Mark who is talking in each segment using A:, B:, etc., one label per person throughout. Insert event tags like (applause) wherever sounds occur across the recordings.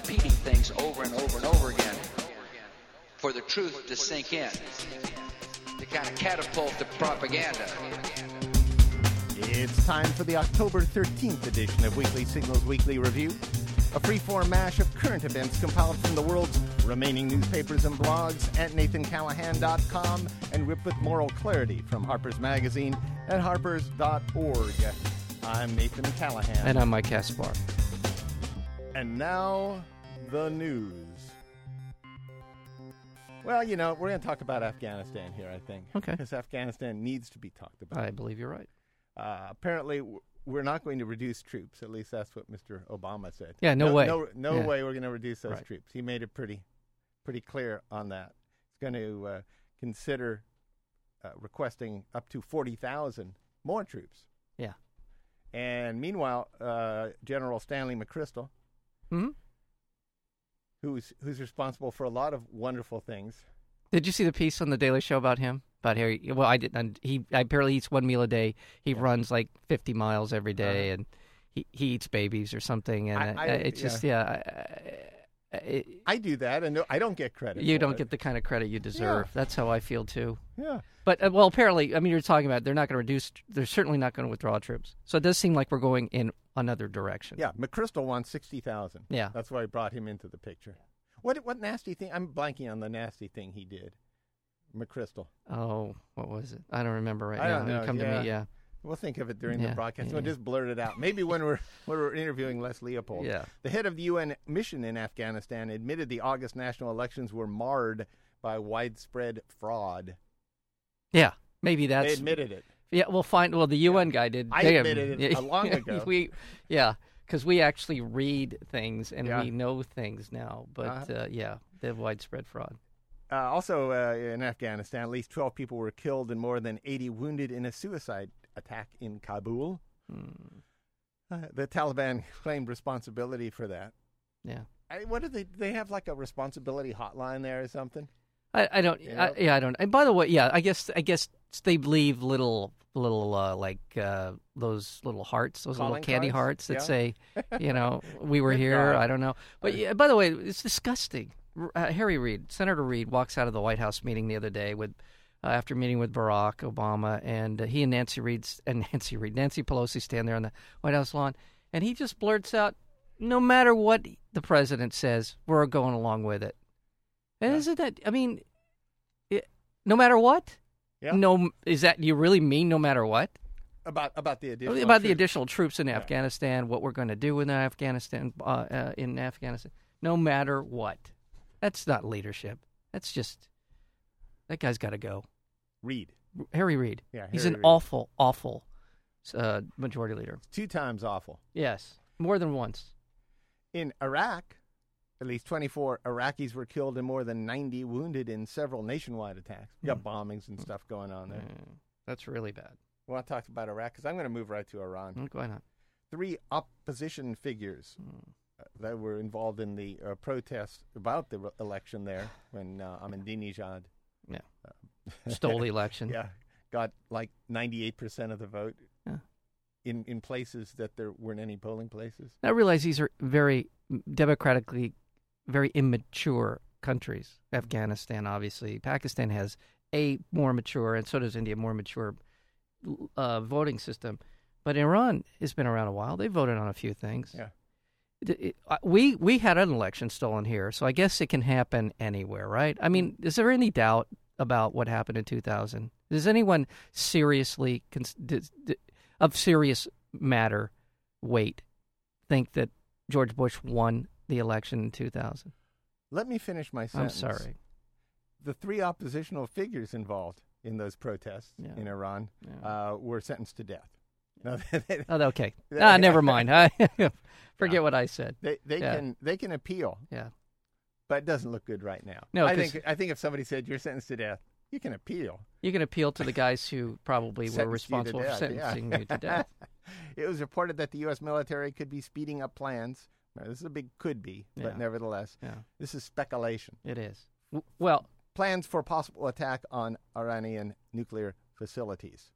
A: things over and over and over again for the truth to sink in, to kind of catapult the propaganda.
B: It's time for the October 13th edition of Weekly Signals Weekly Review, a freeform mash of current events compiled from the world's remaining newspapers and blogs at nathancallahan.com and ripped with moral clarity from Harper's Magazine and harpers.org. I'm Nathan Callahan.
C: And I'm Mike Caspar.
B: And now, the news. Well, you know, we're going to talk about Afghanistan here, I think.
C: Okay.
B: Because Afghanistan needs to be talked about.
C: I believe you're right.
B: Uh, apparently, w- we're not going to reduce troops. At least that's what Mr. Obama said.
C: Yeah, no way.
B: No, no
C: Yeah.
B: way we're going to reduce those
C: Right.
B: troops. He made it pretty, pretty clear on that. He's going to uh, consider uh, requesting up to 40,000 more troops.
C: Yeah.
B: And meanwhile, uh, General Stanley McChrystal, Mm-hmm.
C: hmm
B: who's, who's responsible for a lot of wonderful things,
C: Did you see the piece on the Daily Show about him? About Harry? Well, I didn't. He I barely eats one meal a day. He runs like 50 miles every day, and he, he eats babies or something. And
B: I-
C: uh,
B: I-
C: it's
B: yeah.
C: just yeah. I- I- it,
B: I do that, and no, I don't get credit.
C: you
B: for
C: don't
B: it.
C: get the kind of credit you deserve. That's how I feel too.
B: Yeah.
C: But uh, well, apparently, I mean, you're talking about they're not going to reduce. They're certainly not going to withdraw troops. So it does seem like we're going in another direction.
B: Yeah, McChrystal wants sixty thousand.
C: Yeah.
B: that's why I brought him into the picture. What what nasty thing? I'm blanking on the nasty thing he did. McChrystal.
C: Oh, what was it? I don't remember right
B: I
C: now.
B: don't
C: It'll
B: know,
C: Come to
B: yeah.
C: me. Yeah.
B: We'll think of it during the
C: Yeah,
B: broadcast.
C: yeah,
B: we'll
C: yeah.
B: just blurt it out. Maybe when
C: (laughs)
B: we're when we're interviewing Les Leopold.
C: Yeah.
B: The head of the UN mission in Afghanistan admitted the August national elections were marred by widespread fraud.
C: Yeah. Maybe that's
B: they admitted it.
C: Yeah, well, fine. Well, the UN guy did.
B: I
C: They-
B: admitted
C: (laughs)
B: it a long ago.
C: we, yeah, because we actually read things and
B: Yeah. Uh-huh.
C: we know things now. But uh yeah, the widespread fraud.
B: Uh, also uh, in Afghanistan, at least 12 people were killed and more than 80 wounded in a suicide attack in Kabul.
C: Hmm.
B: Uh, the Taliban (laughs) claimed responsibility for that.
C: Yeah,
B: I, what do they? do They have like a responsibility hotline there or something.
C: I, I don't.
B: Yeah.
C: I, yeah, I don't. And by the way, yeah, I guess I guess they leave little little uh, like uh, those little hearts, those
B: Calling
C: little candy
B: cards?
C: hearts that
B: Yeah.
C: say,
B: (laughs)
C: you know, we were
B: Good
C: here.
B: God.
C: I don't know. But yeah, by the way, it's disgusting. R- Uh, Harry Reid, Senator Reid, walks out of the White House meeting the other day with, uh, after meeting with Barack Obama, and uh, he and Nancy Reid and (laughs) Nancy Reid, Nancy Pelosi stand there on the White House lawn, and he just blurts out, "No matter what the president says, we're going along with it." And Isn't that? I mean, it, no matter what.
B: Yeah.
C: No, is that you really mean? No matter what
B: About about the additional
C: about the
B: troops.
C: additional troops in Afghanistan, what we're going to do in Afghanistan, uh, uh, in Afghanistan, no matter what. That's not leadership. That's just that guy's got to go.
B: Read
C: Harry Reid.
B: Yeah,
C: he's
B: Harry
C: an
B: Reid.
C: awful, awful uh, majority leader.
B: two times awful
C: Yes, more than once.
B: in Iraq. At least 24 Iraqis were killed and more than 90 wounded in several nationwide attacks. We
C: Hmm.
B: got bombings and stuff going on there.
C: Mm, that's really bad.
B: Well, I talked about Iraq because I'm going to move right to Iran.
C: Mm, Why not?
B: three opposition figures
C: Hmm.
B: uh, that were involved in the uh, protests about the re- election there when uh, Ahmadinejad (laughs)
C: Yeah, stole the election.
B: yeah, got like 98% of the vote
C: Yeah.
B: in, in places that there weren't any polling places.
C: I realize these are very democratically very immature countries. Afghanistan, obviously, Pakistan has a more mature, and so does India, more mature uh, voting system. But Iran has been around a while. They voted on a few things.
B: Yeah.
C: It- it- uh, we we had an election stolen here, so I guess it can happen anywhere, right? I mean, is there any doubt about what happened in 2000? Does anyone seriously cons- d- d- of serious matter weight think that George Bush won the election in 2000?
B: Let me finish my
C: I'm
B: sentence.
C: sorry.
B: The three oppositional figures involved in those protests
C: Yeah.
B: in Iran
C: Yeah.
B: uh, were sentenced to death. Now, (laughs) they,
C: Oh, okay. ah, never mind. (laughs) I
B: Ah.
C: forget what I said.
B: they, they
C: Yeah.
B: can they can appeal,
C: Yeah.
B: but it doesn't look good right now.
C: No,
B: I
C: 'cause-
B: think I think if somebody said you're sentenced to death, you can appeal.
C: You can appeal to the guys who probably were
B: Sentenced you to
C: responsible for
B: death, yeah.
C: sentencing you
B: (laughs)
C: to death.
B: It was reported that the U.S. military could be speeding up plans. Now, this is a big could be, but
C: Yeah.
B: nevertheless,
C: Yeah,
B: this is speculation.
C: it is. W- Well,
B: Plans for possible attack on Iranian nuclear facilities.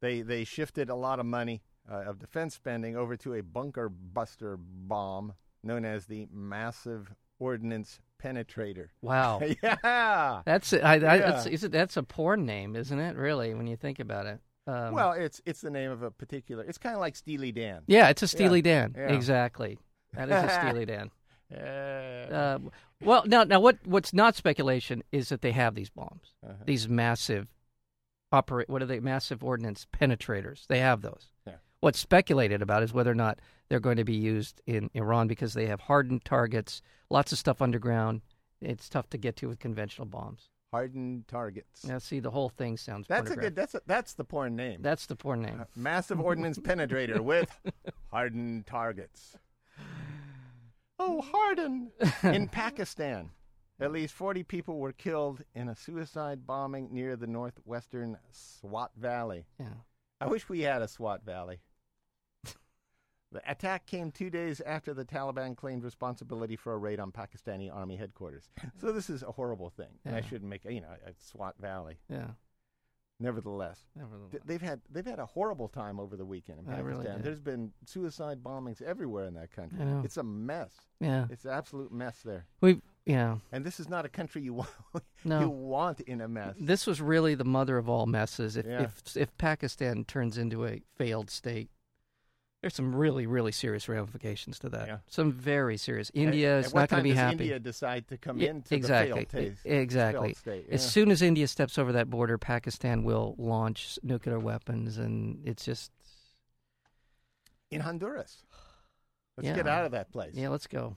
B: They they shifted a lot of money uh, of defense spending over to a bunker buster bomb known as the Massive Ordnance Penetrator. (laughs)
C: Wow.
B: yeah.
C: That's I, I,
B: Yeah.
C: that's is it, that's a porn name, isn't it? Really, when you think about it. Um,
B: well, it's it's the name of a particular. It's kind of like Steely Dan.
C: yeah, it's a Steely
B: yeah,
C: Dan.
B: yeah.
C: Exactly. That is a Steely Dan.
B: Yeah.
C: Uh, well, now now what what's not speculation is that they have these bombs,
B: Uh-huh.
C: these massive operate. What are they? Massive ordnance penetrators. They have those.
B: Yeah.
C: What's speculated about is whether or not they're going to be used in Iran because they have hardened targets, lots of stuff underground. It's tough to get to with conventional bombs.
B: Hardened targets.
C: Now, see, the whole thing sounds.
B: That's a
C: pornographic.
B: good. That's a, that's the porn name.
C: That's the poor name.
B: Uh, Massive ordnance penetrator
C: (laughs)
B: with hardened targets. Oh,
C: (laughs)
B: hardened! In Pakistan, at least 40 people were killed in a suicide bombing near the northwestern Swat Valley.
C: Yeah.
B: I wish we had a Swat Valley. (laughs) The attack came two days after the Taliban claimed responsibility for a raid on Pakistani army
C: (laughs)
B: headquarters. So this is a horrible thing, and I
C: Yeah.
B: shouldn't make you know a Swat Valley.
C: Yeah.
B: Nevertheless,
C: Nevertheless.
B: Th- They've had they've had a horrible time over the weekend in
C: I
B: Pakistan.
C: really did.
B: There's been suicide bombings everywhere in that country.
C: I know.
B: It's a mess.
C: Yeah.
B: It's an absolute mess there.
C: We yeah.
B: And this is not a country you (laughs) want
C: No.
B: you want in a mess.
C: This was really the mother of all messes. If
B: Yeah.
C: if if Pakistan turns into a failed state, there's some really really serious ramifications to that.
B: Yeah.
C: Some very serious.
B: At-
C: India
B: at
C: is
B: what
C: not
B: time
C: going to be
B: does
C: happy.
B: India decide to come
C: Yeah,
B: into
C: exactly.
B: the failed, taste,
C: E- exactly.
B: failed state.
C: As
B: Yeah.
C: soon as India steps over that border, Pakistan will launch nuclear weapons, and it's just
B: in Honduras. Let's
C: Yeah.
B: get out of that place.
C: yeah. Let's go.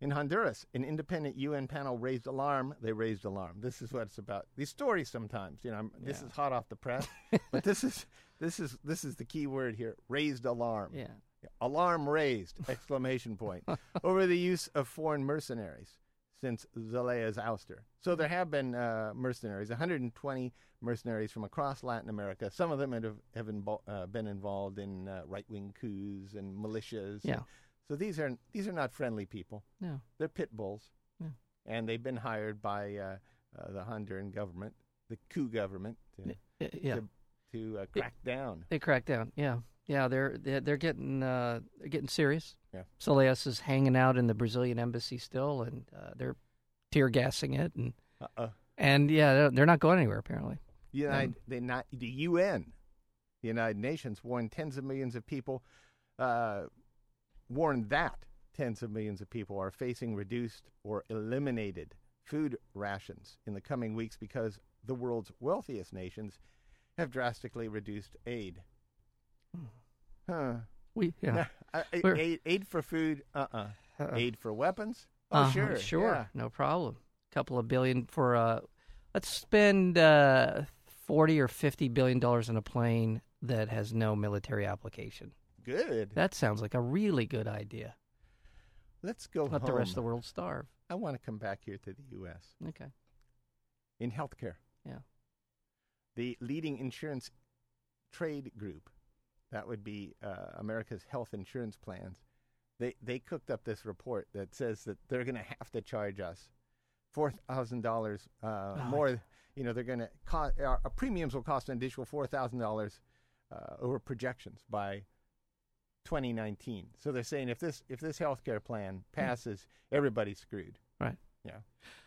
B: In Honduras, an independent UN panel raised alarm. They raised alarm. This is what it's about. These stories sometimes, you know, I'm, this
C: Yeah.
B: is hot off the
C: (laughs)
B: press, but this is this is this is the key word here. Raised alarm.
C: Yeah.
B: Alarm
C: (laughs)
B: raised! Exclamation point over the use of foreign mercenaries since Zelaya's ouster. So there have been uh, mercenaries, 120 mercenaries from across Latin America. Some of them have, have invo- uh, been involved in uh, right-wing coups and militias.
C: Yeah.
B: So these are these are not friendly people.
C: No.
B: They're pit bulls,
C: Yeah.
B: and they've been hired by uh, uh, the Honduran government, the coup government, to,
C: Y- Yeah.
B: to, to uh, crack down.
C: They crack down. Yeah, yeah. They're they're, they're getting uh, they're getting serious.
B: Yeah.
C: Soleus is hanging out in the Brazilian embassy still, and uh, they're tear gassing it, and
B: Uh-uh.
C: and yeah, they're, they're not going anywhere apparently.
B: United, they not, the UN, the United Nations, warned tens of millions of people, uh, warned that tens of millions of people are facing reduced or eliminated food rations in the coming weeks because the world's wealthiest nations have drastically reduced aid. Huh.
C: We Hmm. yeah.
B: I- I-
C: We're-
B: aid, aid for food, uh-uh.
C: Uh-uh.
B: Aid for weapons? Oh,
C: Uh-huh,
B: sure.
C: sure,
B: yeah.
C: no problem. couple of billion for uh, let's spend uh forty or fifty billion dollars on a plane that has no military application.
B: Good.
C: That sounds like a really good idea.
B: Let's go
C: Let
B: home.
C: the rest of the world starve.
B: I want to come back here to the U.S.
C: Okay.
B: in healthcare.
C: Yeah.
B: the leading insurance trade group, that would be uh, America's health insurance plans, they, they cooked up this report that says that they're going to have to charge us four thousand dollars uh,
C: Oh,
B: more. You know, they're going to cost our, our premiums will cost an additional four thousand dollars uh, over projections by. 2019. So they're saying if this if this healthcare plan passes, everybody's screwed.
C: Hmm. Right. Um,
B: Yeah,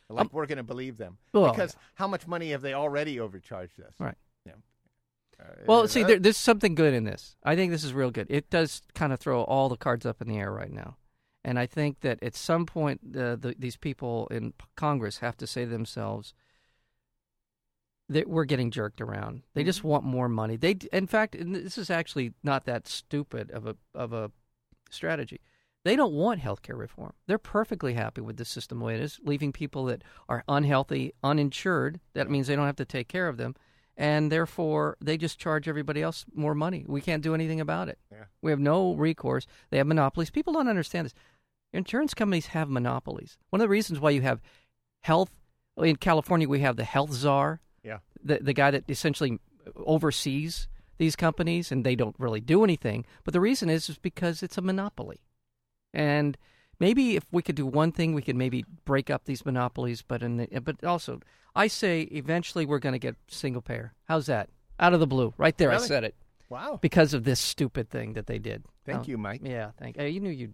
B: like we're going to believe them
C: Well,
B: because how much money have they already overcharged us?
C: Right.
B: Yeah. Uh,
C: Well,
B: uh,
C: see,
B: that-
C: there, there's something good in this. I think this is real good. It does kind of throw all the cards up in the air right now, and I think that at some point, uh, the, these people in p- Congress have to say to themselves that we're getting jerked around. They just want more money. They, d- in fact, and this is actually not that stupid of a of a strategy. They don't want healthcare reform. They're perfectly happy with the system the way it is, leaving people that are unhealthy, uninsured. That means they don't have to take care of them, and therefore they just charge everybody else more money. We can't do anything about it.
B: Yeah.
C: We have no recourse. They have monopolies. People don't understand this. Insurance companies have monopolies. One of the reasons why you have health in California, we have the health czar,
B: yeah.
C: the the guy that essentially oversees these companies and they don't really do anything. But the reason is is because it's a monopoly. And maybe if we could do one thing, we could maybe break up these monopolies. But in the, but also, I say eventually we're going to get single payer. How's that? Out of the blue, right there, I
B: Really?
C: said it
B: Wow.
C: because of this stupid thing that they did.
B: Thank
C: Um,
B: you, Mike.
C: Yeah, thank. Uh, you knew you.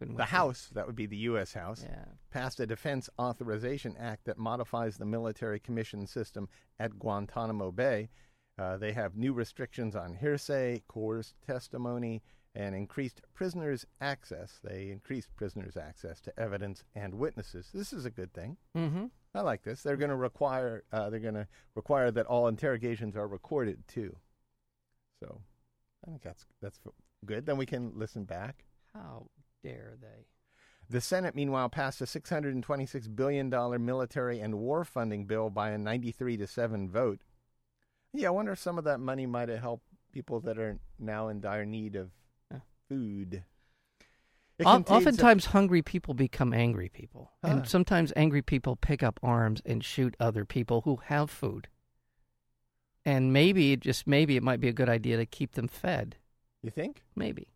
C: Couldn't
B: The
C: wait.
B: House, that would be the U.S. House,
C: Yeah.
B: passed a Defense Authorization Act that modifies the military commission system at Guantanamo Bay. Uh, they have new restrictions on hearsay, coerced testimony, and increased prisoners' access. They increased prisoners' access to evidence and witnesses. This is a good thing.
C: Mm-hmm.
B: I like this. They're going to require uh, they're going to require that all interrogations are recorded too. So, I think that's that's good. Then we can listen back.
C: How dare they?
B: The Senate, meanwhile, passed a $626 billion military and war funding bill by a 93 to 7 vote. Yeah, I wonder if some of that money might have helped people that are now in dire need of
C: Yeah.
B: food. It
C: Of-
B: contains a- Ah.
C: Oftentimes, hungry people become angry people,
B: Huh.
C: and sometimes angry people pick up arms and shoot other people who have food. And maybe, just maybe, it might be a good idea to keep them fed.
B: you think?
C: Maybe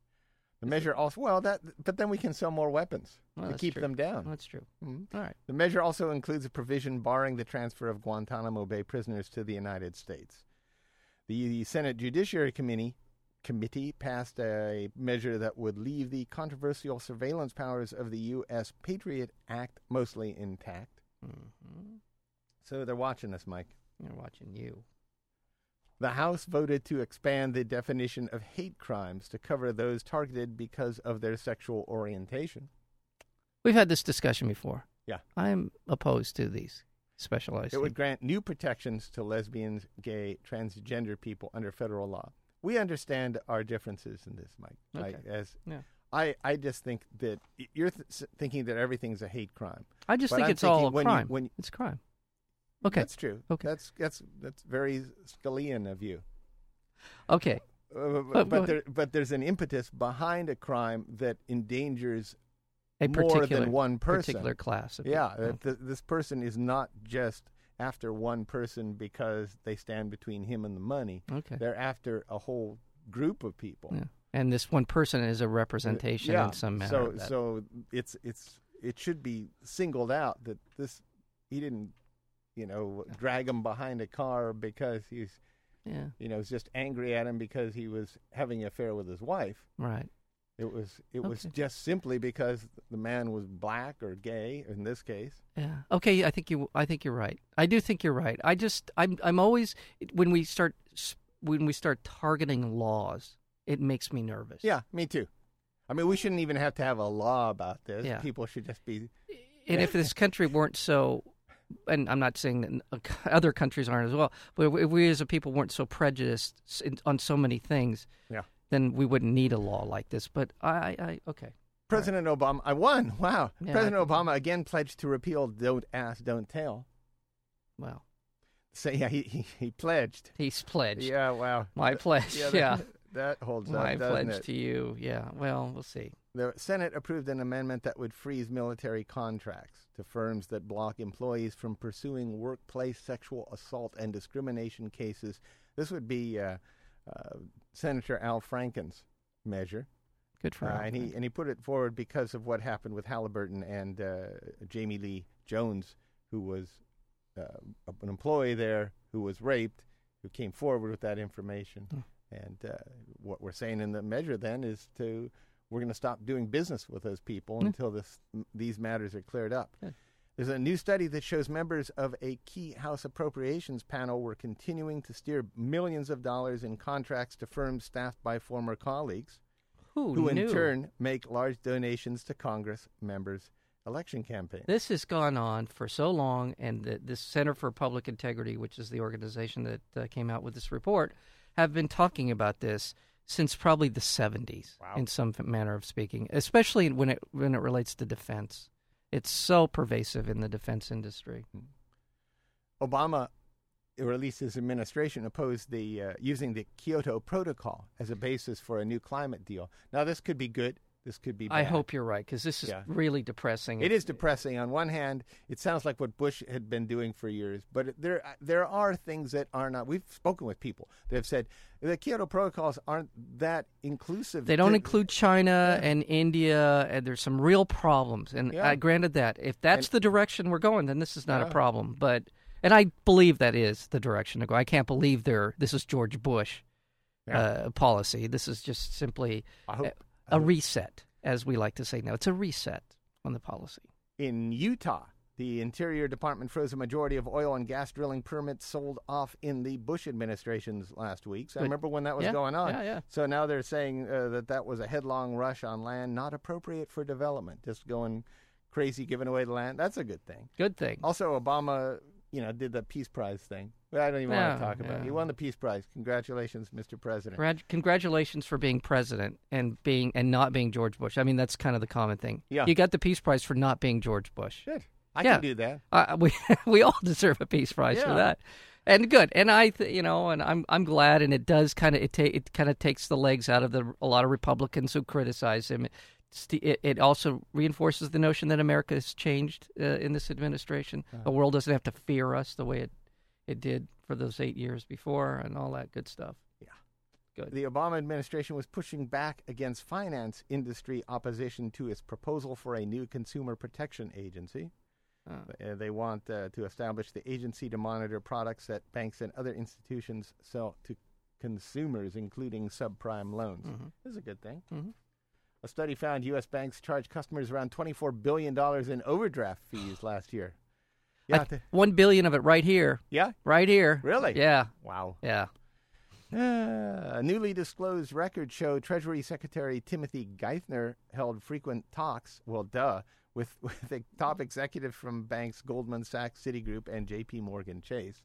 B: The measure also, well, that, but then we can sell more weapons
C: Well,
B: to
C: that's
B: keep
C: true.
B: them down.
C: that's true.
B: Mhm.
C: All right.
B: The measure also includes a provision barring the transfer of Guantanamo Bay prisoners to the United States. The Senate Judiciary Committee committee passed a measure that would leave the controversial surveillance powers of the U.S. Patriot Act mostly intact.
C: hmm
B: So they're watching us, Mike.
C: They're watching you.
B: The House voted to expand the definition of hate crimes to cover those targeted because of their sexual orientation.
C: We've had this discussion before.
B: Yeah.
C: I'm opposed to these specialized.
B: It would
C: things.
B: grant new protections to lesbians, gay, transgender people under federal law. We understand our differences in this, Mike.
C: Okay.
B: I, as
C: Yeah.
B: I, I just think that y- you're th- s- thinking that everything's a hate crime.
C: I just
B: But
C: think
B: I'm
C: it's all
B: thinking
C: a
B: when you-
C: crime.
B: when you-
C: it's crime. Okay.
B: that's true.
C: Okay.
B: that's that's that's very Scalian of you.
C: Okay.
B: Uh,
C: go
B: but
C: ahead.
B: there, but there's an impetus behind a crime that endangers
C: A
B: More than
C: particular
B: one person.
C: particular class. Of
B: Yeah,
C: people.
B: that th- this person is not just after one person because they stand between him and the money.
C: Okay.
B: They're after a whole group of people. Uh,
C: Yeah. And this one person is a representation
B: yeah.
C: in some manner.
B: So
C: of that.
B: so it's it's it should be singled out that this he didn't you know drag him behind a car because he's
C: yeah,
B: you know was just angry at him because he was having an affair with his wife.
C: right.
B: It was it was
C: Okay.
B: just simply because the man was black or gay in this case.
C: Yeah. Okay. I think you. I think you're right. I do think you're right. I just. I'm. I'm always when we start s- when we start targeting laws, it makes me nervous.
B: Yeah, me too. I mean, we shouldn't even have to have a law about this.
C: Yeah.
B: People should just be.
C: And if this country weren't so, and I'm not saying that n- uh, other countries aren't as well, but if we as a people weren't so prejudiced s- in- on so many things,
B: Yeah.
C: then we wouldn't need a law like this. But I. I, I okay.
B: President Obama, I won. (laughs) Wow.
C: Yeah,
B: President
C: I think-
B: Obama again pledged to repeal "Don't Ask, Don't Tell."
C: Well,
B: So yeah, he he, he pledged.
C: he's pledged.
B: Yeah, wow.
C: My pledge.
B: Yeah,
C: Yeah.
B: that, that holds
C: My
B: up, doesn't
C: pledge
B: it?
C: to you. Yeah. Well, we'll see.
B: The Senate approved an amendment that would freeze military contracts to firms that block employees from pursuing workplace sexual assault and discrimination cases. This would be uh, uh, Senator Al Franken's measure.
C: Good for
B: Uh,
C: Al
B: and he
C: Franken.
B: and he put it forward because of what happened with Halliburton and uh, Jamie Lee Jones, who was uh, an employee there who was raped, who came forward with that information.
C: Hmm.
B: And uh, what we're saying in the measure then is to we're going to stop doing business with those people
C: Hmm.
B: until this these matters are cleared up.
C: Good.
B: There's a new study that shows members of a key House appropriations panel were continuing to steer millions of dollars in contracts to firms staffed by former colleagues
C: Who,
B: who
C: knew?
B: in turn make large donations to Congress members' election campaigns.
C: This has gone on for so long, and the, this Center for Public Integrity, which is the organization that uh, came out with this report, have been talking about this since probably the 70s,
B: Wow.
C: in some f- manner of speaking, especially when it when it relates to defense. It's so pervasive in the defense industry.
B: Obama, or at least his administration, opposed the uh, using the Kyoto Protocol as a basis for a new climate deal. Now, this could be good. This could be. Bad.
C: I hope you're right because this is
B: Yeah.
C: really depressing.
B: It is depressing. On one hand, it sounds like what Bush had been doing for years, but it- there uh, there are things that are not. We've spoken with people that have said the Kyoto protocols aren't that inclusive.
C: They don't
B: to-
C: include China and India, and there's some real problems. And
B: Yeah.
C: I granted that if that's the direction we're going, then this is not
B: Yeah.
C: a problem. But and I believe that is the direction to go. I can't believe they're this is George Bush
B: Yeah.
C: uh, policy. This is just simply
B: I hope-
C: a, a reset, as we like to say now. It's a reset on the policy.
B: In Utah, the Interior Department froze a majority of oil and gas drilling permits sold off in the Bush administration's last weeks. I
C: Good.
B: remember when that was
C: Yeah,
B: going on.
C: yeah, yeah.
B: So now they're saying uh, that that was a headlong rush on land not appropriate for development, just going crazy, giving away the land. That's a good thing.
C: Good thing.
B: Also, Obama, you know, did the Peace Prize thing. Well, I don't even want
C: Yeah,
B: to talk about it.
C: yeah.
B: He won the Peace Prize. Congratulations, Mr. President.
C: Grad- congratulations for being president and being and not being George Bush. I mean, that's kind of the common thing.
B: Yeah.
C: You got the Peace Prize for not being George Bush.
B: Good. I
C: Yeah.
B: can do that.
C: Uh, we (laughs) we all deserve a peace prize
B: Yeah.
C: for that. And good. And I th- you know, and I'm I'm glad and it does kind of it ta- it kind of takes the legs out of the a lot of Republicans who criticize him. It's the- It, it also reinforces the notion that America has changed uh, in this administration.
B: Uh-huh.
C: The world doesn't have to fear us the way it it did for those 8 years before and all that good stuff.
B: The Obama administration was pushing back against finance industry opposition to its proposal for a new consumer protection agency.
C: Uh,
B: Uh, they want uh, to establish the agency to monitor products that banks and other institutions sell to consumers, including subprime loans. This is a good thing.
C: Mhm.
B: A study found U.S. banks charge customers around $24 billion in overdraft fees last year. Yeah,
C: I-
B: th-
C: 1 billion of it right here.
B: yeah,
C: Right here.
B: Really?
C: Yeah.
B: wow.
C: Yeah.
B: Uh, a newly disclosed record show Treasury Secretary Timothy Geithner held frequent talks, well, duh, with, (laughs) with the top executives from banks Goldman Sachs, Citigroup, and JP Morgan Chase.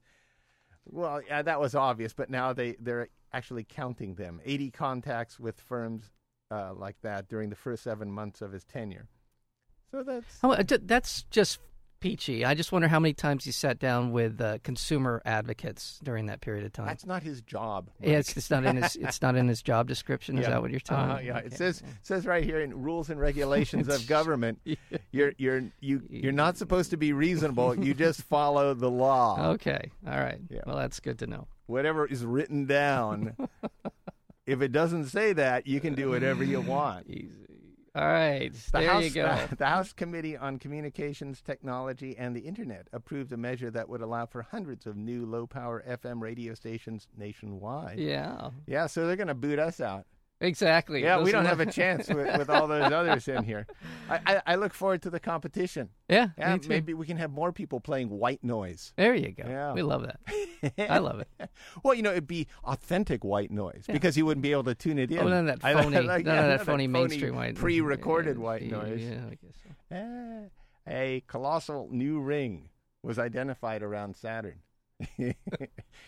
B: Well, yeah, that was obvious, but now they, they're actually counting them 80 contacts with firms uh, like that during the first seven months of his tenure. So that's.
C: How, uh, d- that's just peachy. I just wonder how many times he sat down with uh, consumer advocates during that period of time.
B: That's not his job.
C: Yeah, it's, it's not in
B: (laughs)
C: his. It's not in his job description. Is
B: Yeah.
C: that what you're telling?
B: Uh-huh,
C: me?
B: yeah, it
C: Okay.
B: says says right here in rules and regulations
C: (laughs)
B: of government, you're you're you you're not supposed to be reasonable. You
C: (laughs)
B: just follow the law.
C: Okay. All right.
B: Yeah.
C: Well, that's good to know.
B: Whatever is written down. if it doesn't say that, you can do whatever you want.
C: Easy. All right.
B: The
C: (laughs) there
B: House,
C: you go.
B: (laughs) The House Committee on Communications, Technology, and the Internet approved a measure that would allow for hundreds of new low-power FM radio stations nationwide.
C: yeah.
B: yeah so they're going to boot us out.
C: Exactly.
B: (laughs) Yeah, we
C: Those
B: don't
C: are-
B: have
C: (laughs)
B: a chance with, with all those others in here. I, I, I look forward to the competition.
C: Yeah.
B: Yeah,
C: me too.
B: maybe we can have more people playing white noise.
C: There you go.
B: Yeah.
C: We love
B: (laughs)
C: that. (laughs) I love it.
B: Well, you know, it'd be authentic white noise because you wouldn't be able to tune it in.
C: Oh, none of that
B: I- (laughs) I
C: phony,
B: like-
C: none
B: yeah,
C: of that
B: (laughs)
C: phony mainstream white,
B: pre-recorded
C: yeah,
B: white
C: yeah,
B: noise.
C: Yeah, I guess so.
B: Ah, a colossal new ring was identified around Saturn. (laughs) it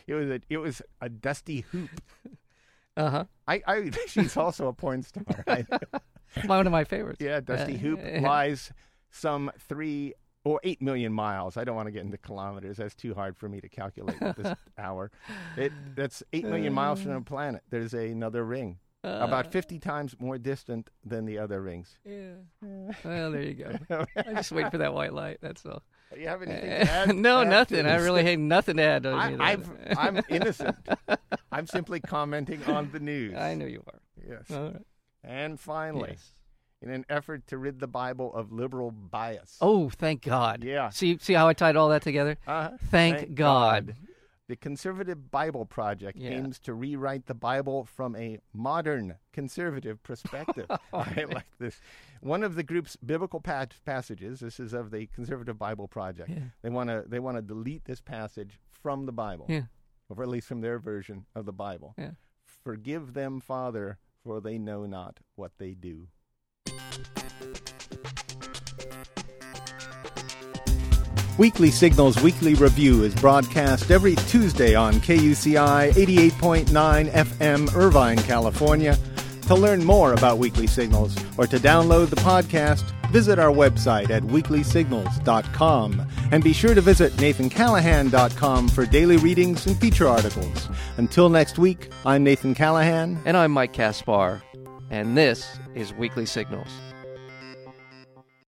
B: was a it was a dusty hoop.
C: Uh huh.
B: I, I (laughs) she's also a porn star. I-
C: One of my favorites.
B: Yeah, Dusty
C: Uh,
B: Hoop
C: (laughs)
B: lies some three or eight million miles. I don't want to get into kilometers. That's too hard for me to calculate at
C: (laughs)
B: this hour. It, that's eight million miles
C: Uh.
B: from the planet. There's another ring, about 50 times more distant than the other rings.
C: Yeah. (laughs) Well, there you
B: (laughs)
C: go. I just wait for that white light. That's all.
B: Do you have anything
C: (laughs)
B: to add?
C: Uh, no,
B: add to
C: nothing. I
B: this?
C: really hate nothing to add.
B: (laughs)
C: to
B: I,
C: either of
B: I've,
C: them.
B: I'm innocent. I'm simply commenting on the news.
C: (laughs) I know you are.
B: Yes.
C: All right.
B: And finally,
C: Yes.
B: in an effort to rid the Bible of liberal bias.
C: Oh, thank God.
B: Yeah.
C: See, see how I tied all that together.
B: Uh-huh.
C: Thank God.
B: The Conservative Bible Project
C: Yeah.
B: aims to rewrite the Bible from a modern conservative
C: (laughs)
B: perspective. (laughs) I like this. One of the group's biblical pa- passages, this is of the Conservative Bible Project.
C: Yeah.
B: They want to they want to delete this passage from the Bible,
C: Yeah.
B: or at least from their version of the Bible.
C: Yeah.
B: Forgive them, Father, for they know not what they do. Weekly Signals Weekly Review is broadcast every Tuesday on KUCI 88.9 FM, Irvine, California. To learn more about Weekly Signals or to download the podcast, visit our website at weeklysignals.com. And be sure to visit nathancallahan.com for daily readings and feature articles. Until next week, I'm Nathan Callahan.
C: And I'm Mike Caspar, and this is Weekly Signals.